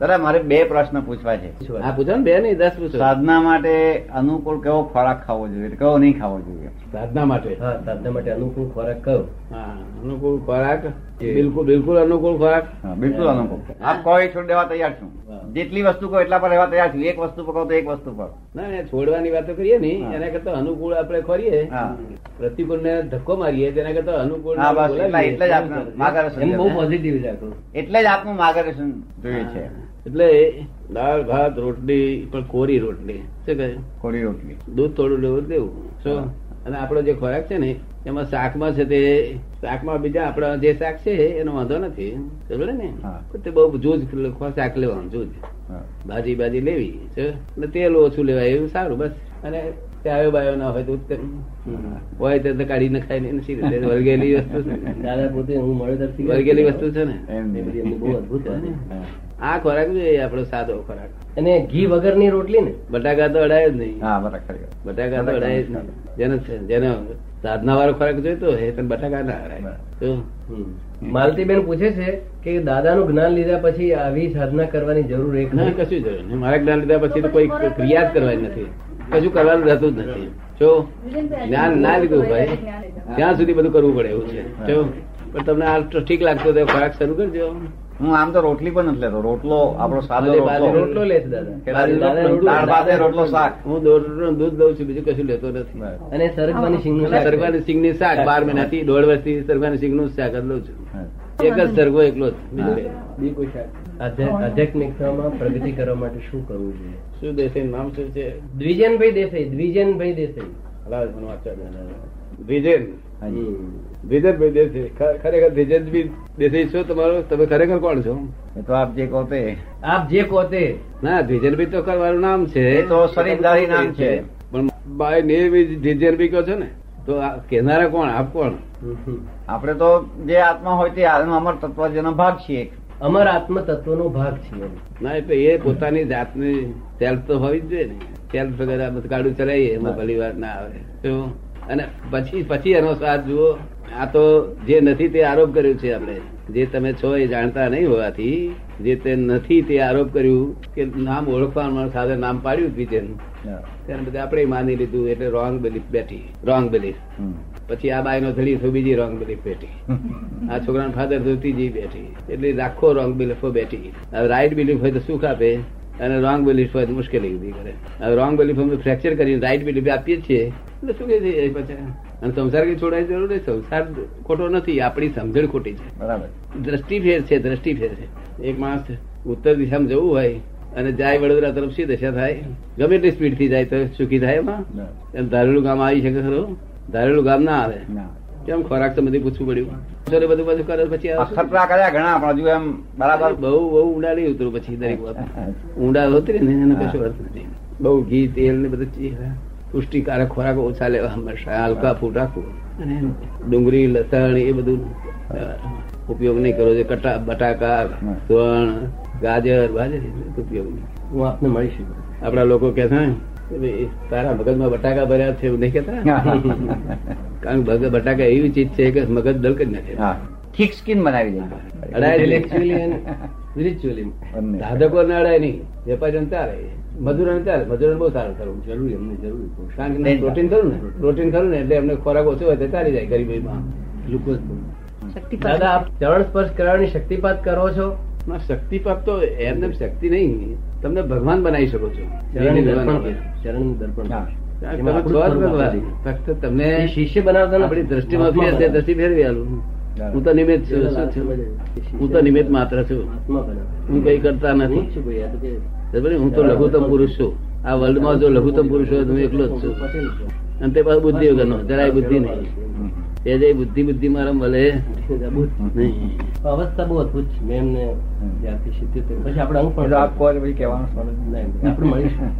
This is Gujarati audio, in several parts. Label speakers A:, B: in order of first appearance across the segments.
A: દાદા મારે બે પ્રશ્ન પૂછવા છે
B: હા પૂછો ને બે નહીં દસ પૂછો
A: સાધના માટે અનુકૂળ કેવો ખોરાક ખાવો જોઈએ કયો નહીં ખાવો જોઈએ
B: સાધના માટે
C: હા સાધના માટે અનુકૂળ ખોરાક કયો
B: હા અનુકૂળ ખોરાક
C: એ.
B: બિલકુલ બિલકુલ અનુકૂળ ખોરાક
A: હા, બિલકુલ અનુકૂળ આપ કહો એ છોડી દેવા તૈયાર
C: હા.
A: છું જેટલી વસ્તુ કહો એટલા પર રહેવા તૈયાર છું એક વસ્તુ પર કહો તો એક વસ્તુ પર
B: ના ના, છોડવાની વાતો કરીએ નહીં
A: હા.
B: એના કરતા અનુકૂળ આપણે ખોરીએ
A: હા.
B: પ્રતિકૂળ ને ધક્કો મારીએ તેના કરતા અનુકૂળ
A: હા, બસ,
B: બોલાવીએ.
A: એટલા- એટલા જ આપના માર્ગદર્શન
C: એમ બહુ
A: જોઈએ.
C: પોઝિટિવ રાખો
A: એટલે જ આપનું માર્ગદર્શન જોઈએ છે
B: એટલે દાળ ભાત રોટલી પણ કોરી રોટલી શું કહે
A: કોરી રોટલી
B: દૂધ થોડું લેવું દેવું શું અને આપણો જે ખોરાક છે ને એમાં શાકમાં છે તે શાકમાં બીજા આપણા જે શાક છે એનો વાંધો નથી ખબર ને
A: હા.
B: પણ તે બહુ જૂજ શાક લેવાનું જૂજ
A: હા.
B: ભાજી ભાજી લેવી છે અને તેલ ઓછું લેવાય એવું સારું બસ અને ચાયો બાયો ના હોય તો ઉત્તમ. હોય તો તો કાઢીને ખાઈ લઈને સી રીતે વળગેલી વસ્તુ છે.
C: દાદા પોતે હું મળ્યો ત્યારથી
B: વળગેલી વસ્તુ છે ને
A: એમ
C: એ બધી એમની બહુ અદભુત વાત છે.
A: હા.
B: આ ખોરાક છે એ આપણો સાદો ખોરાક
C: અને ઘી વગરની રોટલી ને
B: બટાકા તો અડાય જ નહીં
A: હા બરાબર ખરી વાત.
B: બટાકા તો અડાય જ નહીં જેને જેને સાધના વાળો ખોરાક જોઈતો હોય તેને બટાકા ના અડાય તો
C: માલતીબેન પૂછે છે કે દાદાનું જ્ઞાન લીધા પછી આવી સાધના કરવાની જરૂર એ
B: ના
C: ખરી?
B: કશું જરૂર નહીં મારા જ્ઞાન લીધા પછી તો કોઈ ક્રિયા જ કરવાની નથી કશું કરવાનું રહેતું જ નથી જો જ્ઞાન ના લીધું ભાઈ ત્યાં સુધી બધું કરવું પડે એવું છે જો પણ તમને આ તો ઠીક લાગતો હોય તો ખોરાક શરૂ કરજો
A: હું આમ તો રોટલી પણ નથી લેતો રોટલો આપણો સાદો
B: અરે,
A: રોટલો
B: બાજરી
C: રોટલો લે છે દાદા
A: કે દાળ
C: દાદા
A: રોટલો,
C: રોટલો-
A: દાળ ભાતે રોટલો શાક
B: હું દોઢ લીટરનું દૂધ લઉં છું બીજું કશું લેતો નથી
A: બરાબર.
C: અને સરગવાની શીંગનું
B: અને
C: શાક.
B: સરગવાની સિંગની શાક બાર મહિનાથી દોઢ વર્ષથી સરગવાની સિંગનું જ શાક જ લઉં છું
A: હા.
B: એક જ સરગો એકલો જ બીજું કઈ.
C: બી કોઈ શાક. આધ્યા- આધ્યાત્મિકતામાં પ્રગતિ કરવા માટે શું કરવું જોઈએ
B: શું દેસાઈ નામ શું છે
C: દ્વિજનભાઈ દેસાઈ દ્વિજનભાઈ દેસાઈ
B: હલાવ મને વાંચવા દે. વિજેન
A: હાજી.
B: વિજયભાઈ દેસાઈ ખ- ખરેખર વિજયભાઈ દેસાઈ છો તમારો તમે ખરેખર કોણ છો
A: એ તો આપ જે કહો તે
C: આપ જે કહો તે
B: ના વિજયભાઈ તો કરવાનું નામ છે
A: એ તો શરીફદારી નામ છે.
B: પણ બાય નેમ ઇઝ વિજયભાઈ કહો છો ને તો આ કહેનારા કોણ આપ કોણ
A: આપણે તો જે આત્મા હોય તે આનો અમર તત્વ જેનો ભાગ છીએ એક.
C: અમર આત્મ તત્વનો ભાગ છીએ અમે.
B: ના એટલે એ પોતાની જાતની સેલ્ફ તો હોવી જ જોઈએ ને સેલ્ફ વગર આ બધું ગાડું ચલાવીએ એમાં ભલી વાર ના આવે તો અને પછી પછી એનો સ્વાદ જુઓ આ તો જે નથી તે આરોપ કર્યો છે આપણે જે તમે છો એ જાણતા નહીં હોવાથી જે તે નથી તે આરોપ કર્યું કે નામ ઓળખવાનું સાથે નામ પાડ્યું બીજેનું
A: હા.
B: ત્યારે બધા આપણે માની લીધું એટલે રોંગ બિલીફ બેઠી રોંગ બિલીફ
A: હમ.
B: પછી આ બાયનો ધડી તો બીજી રોંગ બિલીફ બેઠી આ છોકરાનો ફાધર તો ત્રીજી બેઠી એટલે લાખો રોંગ બિલીફો બેઠી હવે રાઈટ બિલીફ હોય તો સુખ આપે અને રોંગ બિલીફ હોય તો મુશ્કેલી ઊભી કરે હવે રોંગ બિલીફ અમે ફ્રેક્ચર કરીને રાઈટ બિલીફ આપીએ છીએ એટલે શું કે થઈ જાય પછી અને સંસાર કઈ છોડાય જરૂર નહીં સંસાર ખોટો નથી આપણી સમજણ ખોટી છે
A: બરાબર
B: દ્રષ્ટિ ફેર છે દ્રષ્ટિ ફેર છે એક માણસ ઉત્તર દિશામાં જવું હોય અને જાય વડોદરા તરફ સી દશા થાય ગમે એટલી સ્પીડ થી જાય તો સુખી થાય એમાં
A: બરાબર.
B: એમ ધારેલું ગામ આવી શકે ખરું ધારેલું ગામ ના આવે
A: ના.
B: કેમ ખોરાક તો બધી પૂછવું પડ્યું ચલો બધું બધું કરે પછી આવે શું?
A: અખતરા કર્યા ઘણા પણ હજુ એમ બરાબર
B: બહુ બહુ ઊંડા નહીં ઉતરું પછી દરેક વાત ઊંડા ઉતરી ને એનો કશું અર્થ નથી બહુ ઘી તેલ ને બધું ચી- પુષ્ટિકારક ખોરાક ઓછા લેવા હંમેશા હલકા ફૂડ રાખવું અને ડુંગળી લસણ એ બધું અ, ઉપયોગ નહીં કરવો જોઈએ કટા બટાકા ત્રણ ગાજર બાજર એ બધું ઉપયોગ નહીં
C: હું આપને મળી શકું
B: આપણા લોકો કે છે ને કે ભઈ તારા મગજમાં બટાકા ભર્યા છે એવું નહીં કહેતા કારણ કે ભગ- બટાકા એવી ચીજ છે કે મગજ દલક જ નથી
A: હા થીક સ્કીન બનાવી દઈએ
B: અડાય જ નહીં.
C: Intellectually and spiritually.
A: બંને.
B: ધાધકો ને અડાય નહીં વેપારીઓને ચાલે મજૂરોને ચાલે મજૂરોને બહુ સારું થયું
C: જરૂરી એમને જરૂરી પોષણ.
B: કારણ કે પ્રોટીન ખરું ને પ્રોટીન ખરું ને એટલે એમને ખોરાક ઓછો હોય તો ચાલી જાય ગરીબીમાં
C: Glucose પણ. દાદા આપ ચરણ સ્પર્શ કરાવવાની શક્તિપાત કરો છો
B: ના, શક્તિ પ્રાપ્ત તો એમને શક્તિ નહીં તમને ભગવાન બનાવી શકો છો
C: ચરણ
B: ભગવાન
C: દર્પણ
B: બનાવો.
C: કે ચરણ દર્પણ
A: હા.
B: કારણ કે
C: એમાં
B: તમે છો જ
C: આપણું સ્વરૂપ
B: ભગવાન.
C: આપણું.
B: ફક્ત તમને
C: એ શિષ્ય બનાવતા નથી.
B: આપણી દ્રષ્ટિમાં ફેર છે દ્રષ્ટિ ફેરવી આલું
A: બરાબર.
B: હું તો નિમિત્ત છું શું છું હું તો નિમિત્ત માત્ર છું
C: આત્મા બનાવે.
B: હું કંઈ કરતા નથી.
C: હું જ છું કોઈ, આ તો કે
B: ખબર ને? હું તો લઘુત્તમ પુરુષ છું આ વર્લ્ડમાં જો લઘુત્તમ પુરુષ હોય તો હું એકલો જ છું
C: પટેલ છું.
B: અને તે પાછું બુદ્ધિ વગરનો જરાય બુદ્ધિ નહીં તે જે બુદ્ધિ બુદ્ધિ મારા મળે
C: અદ્ભુત.
B: નહીં
C: અવસ્થા બહુ અદભુત છે મેં એમને જ્યારથી શીખ્યું તે. પછી આપણે અંગ
A: એ
C: પણ
A: તો આપ કહો એટલે પછી કહેવાનું
C: ના, આપણે મળીશું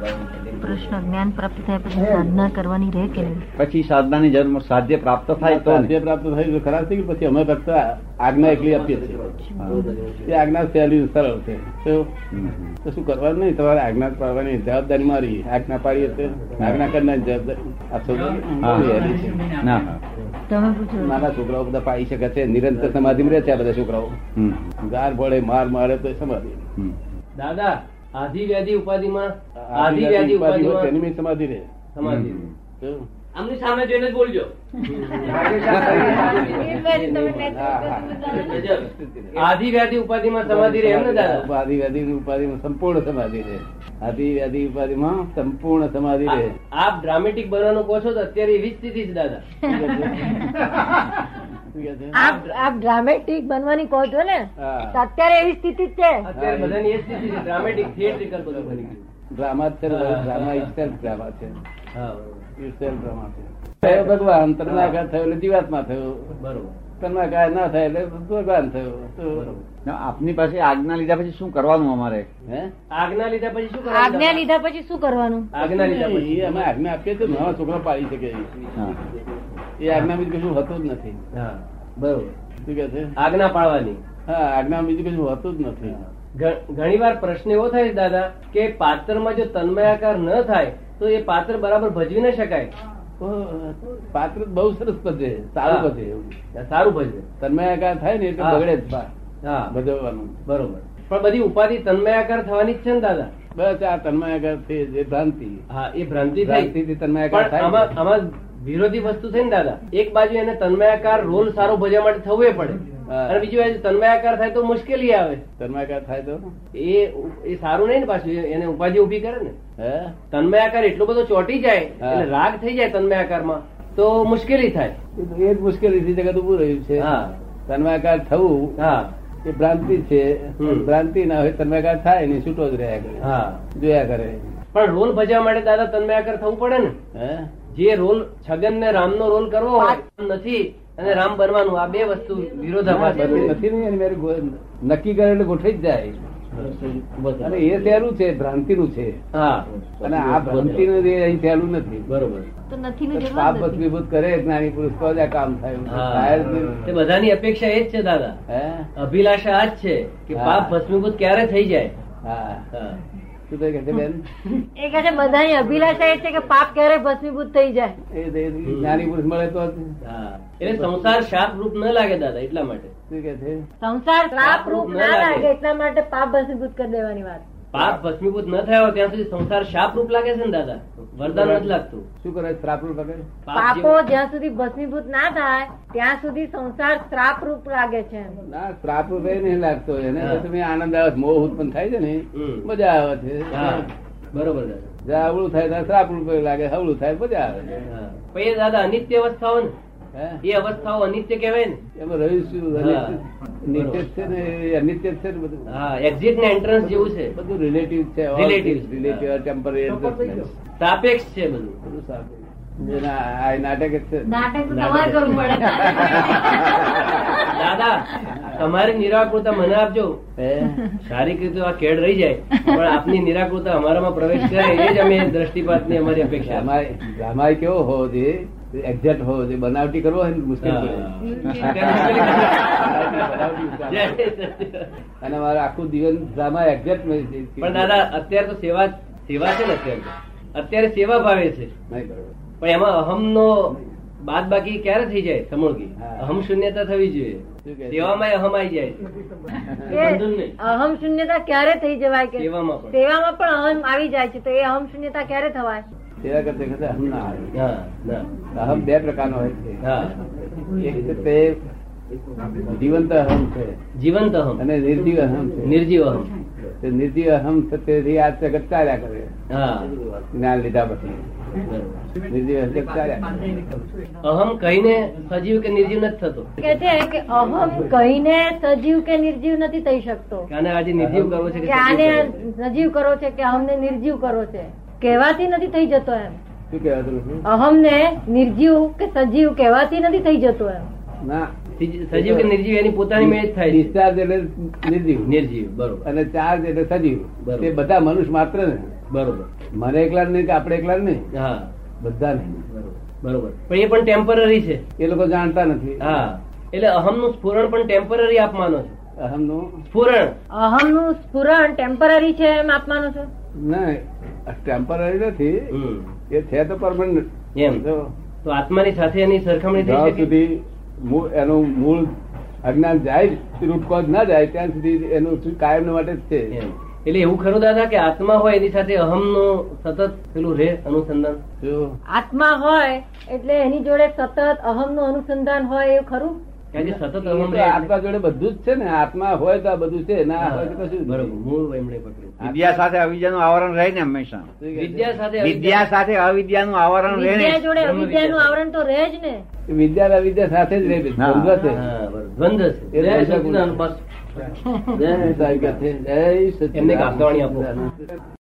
D: પ્રશ્ન જ્ઞાન પ્રાપ્ત થયા પછી સાધના કરવાની રહે કે નહીં
A: પછી સાધનાની જરૂર સાધ્ય પ્રાપ્ત થાય તો ને.
B: સાધ્ય પ્રાપ્ત થયું તો ખરાબ થઈ ગયું પછી અમે ફક્ત આજ્ઞા એકલી આપીએ છીએ તે આજ્ઞા સહેલી સરળ છે તો
A: હમ.
B: તો શું કરવાનું નહીં તમારે આજ્ઞા પાડવાની જવાબદારી મારી આજ્ઞા પાડીએ તો આજ્ઞા કરનાર જવાબદારી આ સૌ
A: હા.
B: સહેલી છે.
A: ના હા
D: તમે પૂછો
B: નાના છોકરાઓ બધા પાડી શકે છે નિરંતર સમાધિમાં રહે છે આ બધા છોકરાઓ
A: હમ,
B: ગાર પડે માર મારે તો સમાધિ
C: દાદા આધી વ્યાધિ ઉપાધિમાં આધી
B: આદિવ્યાધિ
C: વ્યાધિ
B: ઉપાધિ હોય તેની
C: ઉપાધિમાં
B: બી સમાધિ રહે
C: સમાધિ
A: હમ.
B: કેવું?
E: આમની સામે જોઈને જ બોલજો ગજબ.
C: આધી વ્યાધિ ઉપાધિમાં સમાધિ રહે એમ ને દાદા
B: આદિવ્યાધિની ઉપાધિમાં સંપૂર્ણ સમાધિ રહે આદિવ્યાધિ ઉપાધિમાં સંપૂર્ણ સમાધિ રહે
C: આપ ડ્રામેટિક બનવાનું કહો છો તો અત્યારે એવી જ સ્થિતિ છે દાદા
B: શું કહે છે?
F: આપ આપ ડ્રામેટિક બનવાની કહો છો ને તો
B: હા.
F: અત્યારે એવી સ્થિતિ જ છે
C: અત્યારે બધાની એ સ્થિતિ છે ડ્રામેટિક થિયેટ્રિકલ બધું બની ગયું
B: ડ્રામા જ છે ને, ડ્રામા itself ડ્રામા છે
C: હા બરોબર.
B: itself ડ્રામા છે થયો ભગવાન તન્માકાર થયો એટલે જીવાત્મા થયો
C: બરોબર
B: તન્માકાર ના થાય એટલે ભગવાન થયો તો-
C: બરોબર.
A: ના, આપની પાસે આજ્ઞા લીધા પછી શું કરવાનું અમારે
B: હે
C: આજ્ઞા લીધા પછી શું કરવાનું
F: આજ્ઞા
C: દાદા?
F: લીધા પછી શું કરવાનું
C: આજ્ઞા લીધા પછી
B: એ અમે આજ્ઞા આપીએ છીએ નવા છોકરા પાડી શકે
A: હા.
B: એ આજ્ઞા બીજું કશું હતું જ નથી
C: હા બરોબર
B: શું કે છે
C: આજ્ઞા પાળવાની
B: હા આજ્ઞા બીજું કશું હતું જ નથી
C: ઘણી વાર પ્રશ્ન એવો થાય છે, દાદા કે પાત્રમાં જો તન્મયાકાર ન થાય તો એ પાત્ર બરાબર ભજવી ન શકાય
B: ઓહ, પાત્ર બહુ સરસ પતે સારું
C: હા.
B: પતે એવું
C: સારું ભજવે
B: તન્મયાકાર થાય ને એટલે
C: હા.
B: બગડે જ પા-
C: હા
B: ભજવવાનું
C: બરોબર પણ બધી ઉપાધિ તન્મયાકાર થવાની જ છે ને દાદા
B: બસ આ તન્મયાકાર થઈ જે ભ્રાંતિ
C: હા એ ભ્રાંતિ થઈ
B: ભ્રાંતિથી તન્મયાકાર
C: પણ
B: થાય
C: આમાં આમાં વિરોધી વસ્તુ થઈ ને દાદા એક બાજુ એને તન્મયાકાર રોલ સારો ભજવા માટે થવું એ પડે
B: હા.
C: અને બીજી બાજુ તન્મયાકાર થાય તો મુશ્કેલી આવે
B: તન્મયાકાર થાય તો
C: એ એ સારું નહીં ને પાછું એ- એને ઉપાધિ ઉભી કરે ને
B: હે
C: તન્મયાકાર એટલો બધો ચોટી જાય
B: હા.
C: એટલે રાગ થઈ જાય તન્મયાકારમાં તો મુશ્કેલી થાય
B: એ તો એ જ મુશ્કેલીથી જગત ઉભું રહ્યું છે
C: હા.
B: તન્મયાકાર થવું
C: હા
B: એ ભ્રાંતિ છે
C: હમ.
B: ભ્રાંતિ ના હોય તન્મયાકાર થાય ને છૂટો જ રહ્યા કરે
C: હા
B: જોયા કરે
C: પણ રોલ ભજવા માટે દાદા તન્મયાકાર થવું પડે
B: હે
C: ને જે રોલ છગન ને રામ નો રોલ કરવો હોય, રામ નથી અને રામ બનવાનું આ બે વસ્તુ
B: ના,
C: વિરોધાભાસ
B: બધું નથી ને એની મેરે ગો- નક્કી કરે એટલે ગોઠવી જ જાય અને એ સહેલું છે ભ્રાંતિનું છે
C: હા
B: અને આ ભ્રાંતિનું જે અહીં સહેલું નથી
C: બરોબર
D: તો નથીનું જરૂર
B: પાપ
D: જ નથી
B: ભસ્મીભૂત કરે જ્ઞાની પુરુષ તો જ આ કામ થાય
C: હા
B: થાય જ નહીં.
C: તે બધાની અપેક્ષા એ જ છે દાદા
B: હે
C: અભિલાષા આ જ છે કે
B: હા.
C: પાપ ભસ્મીભૂત ક્યારે થઈ જાય
B: હા
C: હા.
B: શું કહે છે બેન
F: એ કહે છે બધાની અભિલાષા એ છે કે પાપ ક્યારે ભસ્મીભૂત થઈ જાય
B: એ એ જ્ઞાની પુરુષ મળે તો જ.
C: હા. એટલે સંસાર શાપ રૂપ ન લાગે દાદા એટલા માટે
B: શું કહે છે
F: સંસાર પાપ રૂપ ના લાગે એટલા માટે પાપ ભસ્મીભૂત કરી દેવાની વાત
C: પાપ ભસ્મીભૂત ન થયા હોય ત્યાં સુધી સંસાર શાપ રૂપ લાગે છે ને દાદા વરદાન નથી લાગતું
B: શું કરે છે? શ્રાપનું પકડ
C: પાપ
F: પાપો
C: જેવું-
F: જ્યાં સુધી ભસ્મીભૂત ના થાય ત્યાં સુધી સંસાર શ્રાપ રૂપ લાગે છે એમ.
B: ના શ્રાપ રૂપે નહીં લાગતો એને
C: હા.
B: તમે આનંદ આવે છે. મોહ ઉત્પન્ન થાય છે ને
C: હમ.
B: મજા આવે છે
C: હા બરોબર દાદા
B: જ્યાં અવળું થાય ત્યાં શ્રાપ રૂપે લાગે હવળું થાય મજા આવે છે
C: હા. પણ એ દાદા અનિત્ય અવસ્થાઓ ને
B: હે?
C: એ અવસ્થાઓ અનિત્ય કહેવાય ને
B: એમાં રહ્યું શું
C: હા.
B: અનિત્ય- નિત્ય જ છે ને એ અનિત્ય જ છે ને બધું
C: હા એક્ઝિટ ને એન્ટ્રન્સ જેવું છે
B: બધું રિલેટિવ છે
C: Relative.
B: રિલેટિવ ટેમ્પરરી
C: સાપેક્ષ છે બધું
B: બધું સારું જેના આ નાટક જ છે
D: નાટક તો તમારે કરવું પડે
C: દાદા તમારી નિરાકૃતા મને આપજો
B: હે?
C: શારીરિક રીતે આ કેડ રહી જાય પણ આપની નિરાકૃતા અમારામાં પ્રવેશ કરે એ જ અમે દ્રષ્ટિપાતની અમારી અપેક્ષા છે.
B: ડ્રામા ડ્રામા કેવો હોવો જોઈએ એક્ઝેક્ટ હોવો જોઈએ બનાવટી કરવો હોય ને મુશ્કેલ પડે
C: જય સચિદાનંદ.
B: અને મારું આખું જીવન ડ્રામા એક્ઝેક્ટ
C: પણ દાદા અત્યારે તો સેવા સેવા છે ને અત્યારે તો. અત્યારે સેવા ભાવે છે પણ એમાં અહમનો બાદ બાકી ક્યારે થઈ જાય સમૂળગી
B: હા.
C: અહમ શૂન્યતા થવી જોઈએ
B: શું કહે છે?
C: સેવામાં અહમ આવી જાય છે.
F: એ
C: બંધન નહીં.
F: અહમ શૂન્યતા ક્યારે થઈ જવાય કે
C: સેવામાં પણ
F: સેવામાં પણ અહમ આવી જાય છે તો એ અહમ શૂન્યતા ક્યારે થવાય
B: તેવા કરતા કરતા અહમ ના આવે.
C: હા ના
B: અહમ બે પ્રકારનો હોય
C: હા
B: છે એક તો તે જીવંત અહમ છે
C: જીવંત અહમ
B: અને નિર્જીવ અહમ છે
C: નિર્જીવ અહમ
B: તે નિર્જીવ અહમ છે તેથી આ જગત ચાલ્યા કરે
C: હા
B: જ્ઞાન લીધા પછી
C: બરાબર.
B: નિર્જીવ અહમ જગત ચાલ્યા કરે.
C: અહમ કહીને સજીવ કે નિર્જીવ નથી થતો
F: કે છે કે અહમ કહીને સજીવ કે નિર્જીવ નથી થઈ શકતો
C: કે આને આજે નિર્જીવ કરવો છે કે
F: કે
C: સજીવ
F: આને
C: કરવો છે?
F: સજીવ કરો છે કે અહમને નિર્જીવ કરો છે કહેવાથી નથી થઈ જતો એમ
B: શું કહેવાતું નથી?
F: અહમને નિર્જીવ કે સજીવ કહેવાથી નથી થઈ જતો એમ
B: ના
C: સજી- સજીવ કે નિર્જીવ એની પોતાની મેળ જ થાય છે
B: discharge એટલે નિર્જીવ
C: નિર્જીવ બરોબર
B: અને ચાર્જ એટલે સજીવ
C: બરોબર.
B: તે બધા મનુષ્ય માત્ર ને
C: બરોબર
B: મને એકલા ને નહીં કે આપણે એકલા ને નહીં
C: હા
B: બધા નહીં
C: બરોબર બરોબર પણ એ પણ ટેમ્પરરી છે
B: એ લોકો જાણતા નથી
C: હા એટલે અહમનું સ્ફુરણ પણ ટેમ્પરરી આપ માનો છો
B: અહમનું
C: સ્ફુરણ
F: અહમનું સ્ફુરણ ટેમ્પરરી છે એમ આપ માનો છો
B: ના ટેમ્પરરી નથી
C: હમ.
B: એ છે તો પરમનન્ટ
C: એમ તો આત્માની સાથે એની સરખામણી થઈ
B: જ્યાં
C: શકે
B: સુધી મૂળ- એનું મૂળ અજ્ઞાન જાય રૂટકોઝ ના જાય ત્યાં સુધી એનું કાયમ માટે જ છે
C: એમ. એટલે એવું ખરું દાદા કે આત્મા હોય એની સાથે અહમનો સતત પેલું રહે અનુસંધાન
B: જો
F: આત્મા હોય એટલે એની જોડે સતત અહમનું અનુસંધાન હોય એવું ખરું
C: કારણ કે સતત
B: એ
C: અહમ
B: તો
C: રહે એટલે-
B: આત્મા જોડે બધું જ છે ને આત્મા હોય તો આ બધું છે ના હોય તો કશું જ
C: બરોબર
B: નથી.
C: મૂળ એમણે પકડ્યું
A: વિદ્યા સાથે અવિદ્યાનું આવરણ રહે ને હંમેશા
B: શું કહે
C: વિદ્યા
B: છે?
C: સાથે
A: વિદ્યા સાથે અવિદ્યાનું આવરણ રહે
F: વિદ્યા
A: ને
F: જોડે
C: બ્રહ્મ
F: અવિદ્યાનું
C: વિદ્યા.
F: આવરણ તો રહે જ ને
B: વિદ્યા ને અવિદ્યા સાથે જ રહે છે.
A: હા.
B: દ્વંદ્વ છે.
C: હા, બરોબર. દ્વંદ્વ છે
B: એ
C: જય
B: દ્વંદ્વ
C: સચિદાનંદ.
B: ગુણ. જય સચિદાનંદ.
C: એમને કાંતાવાણી આપો.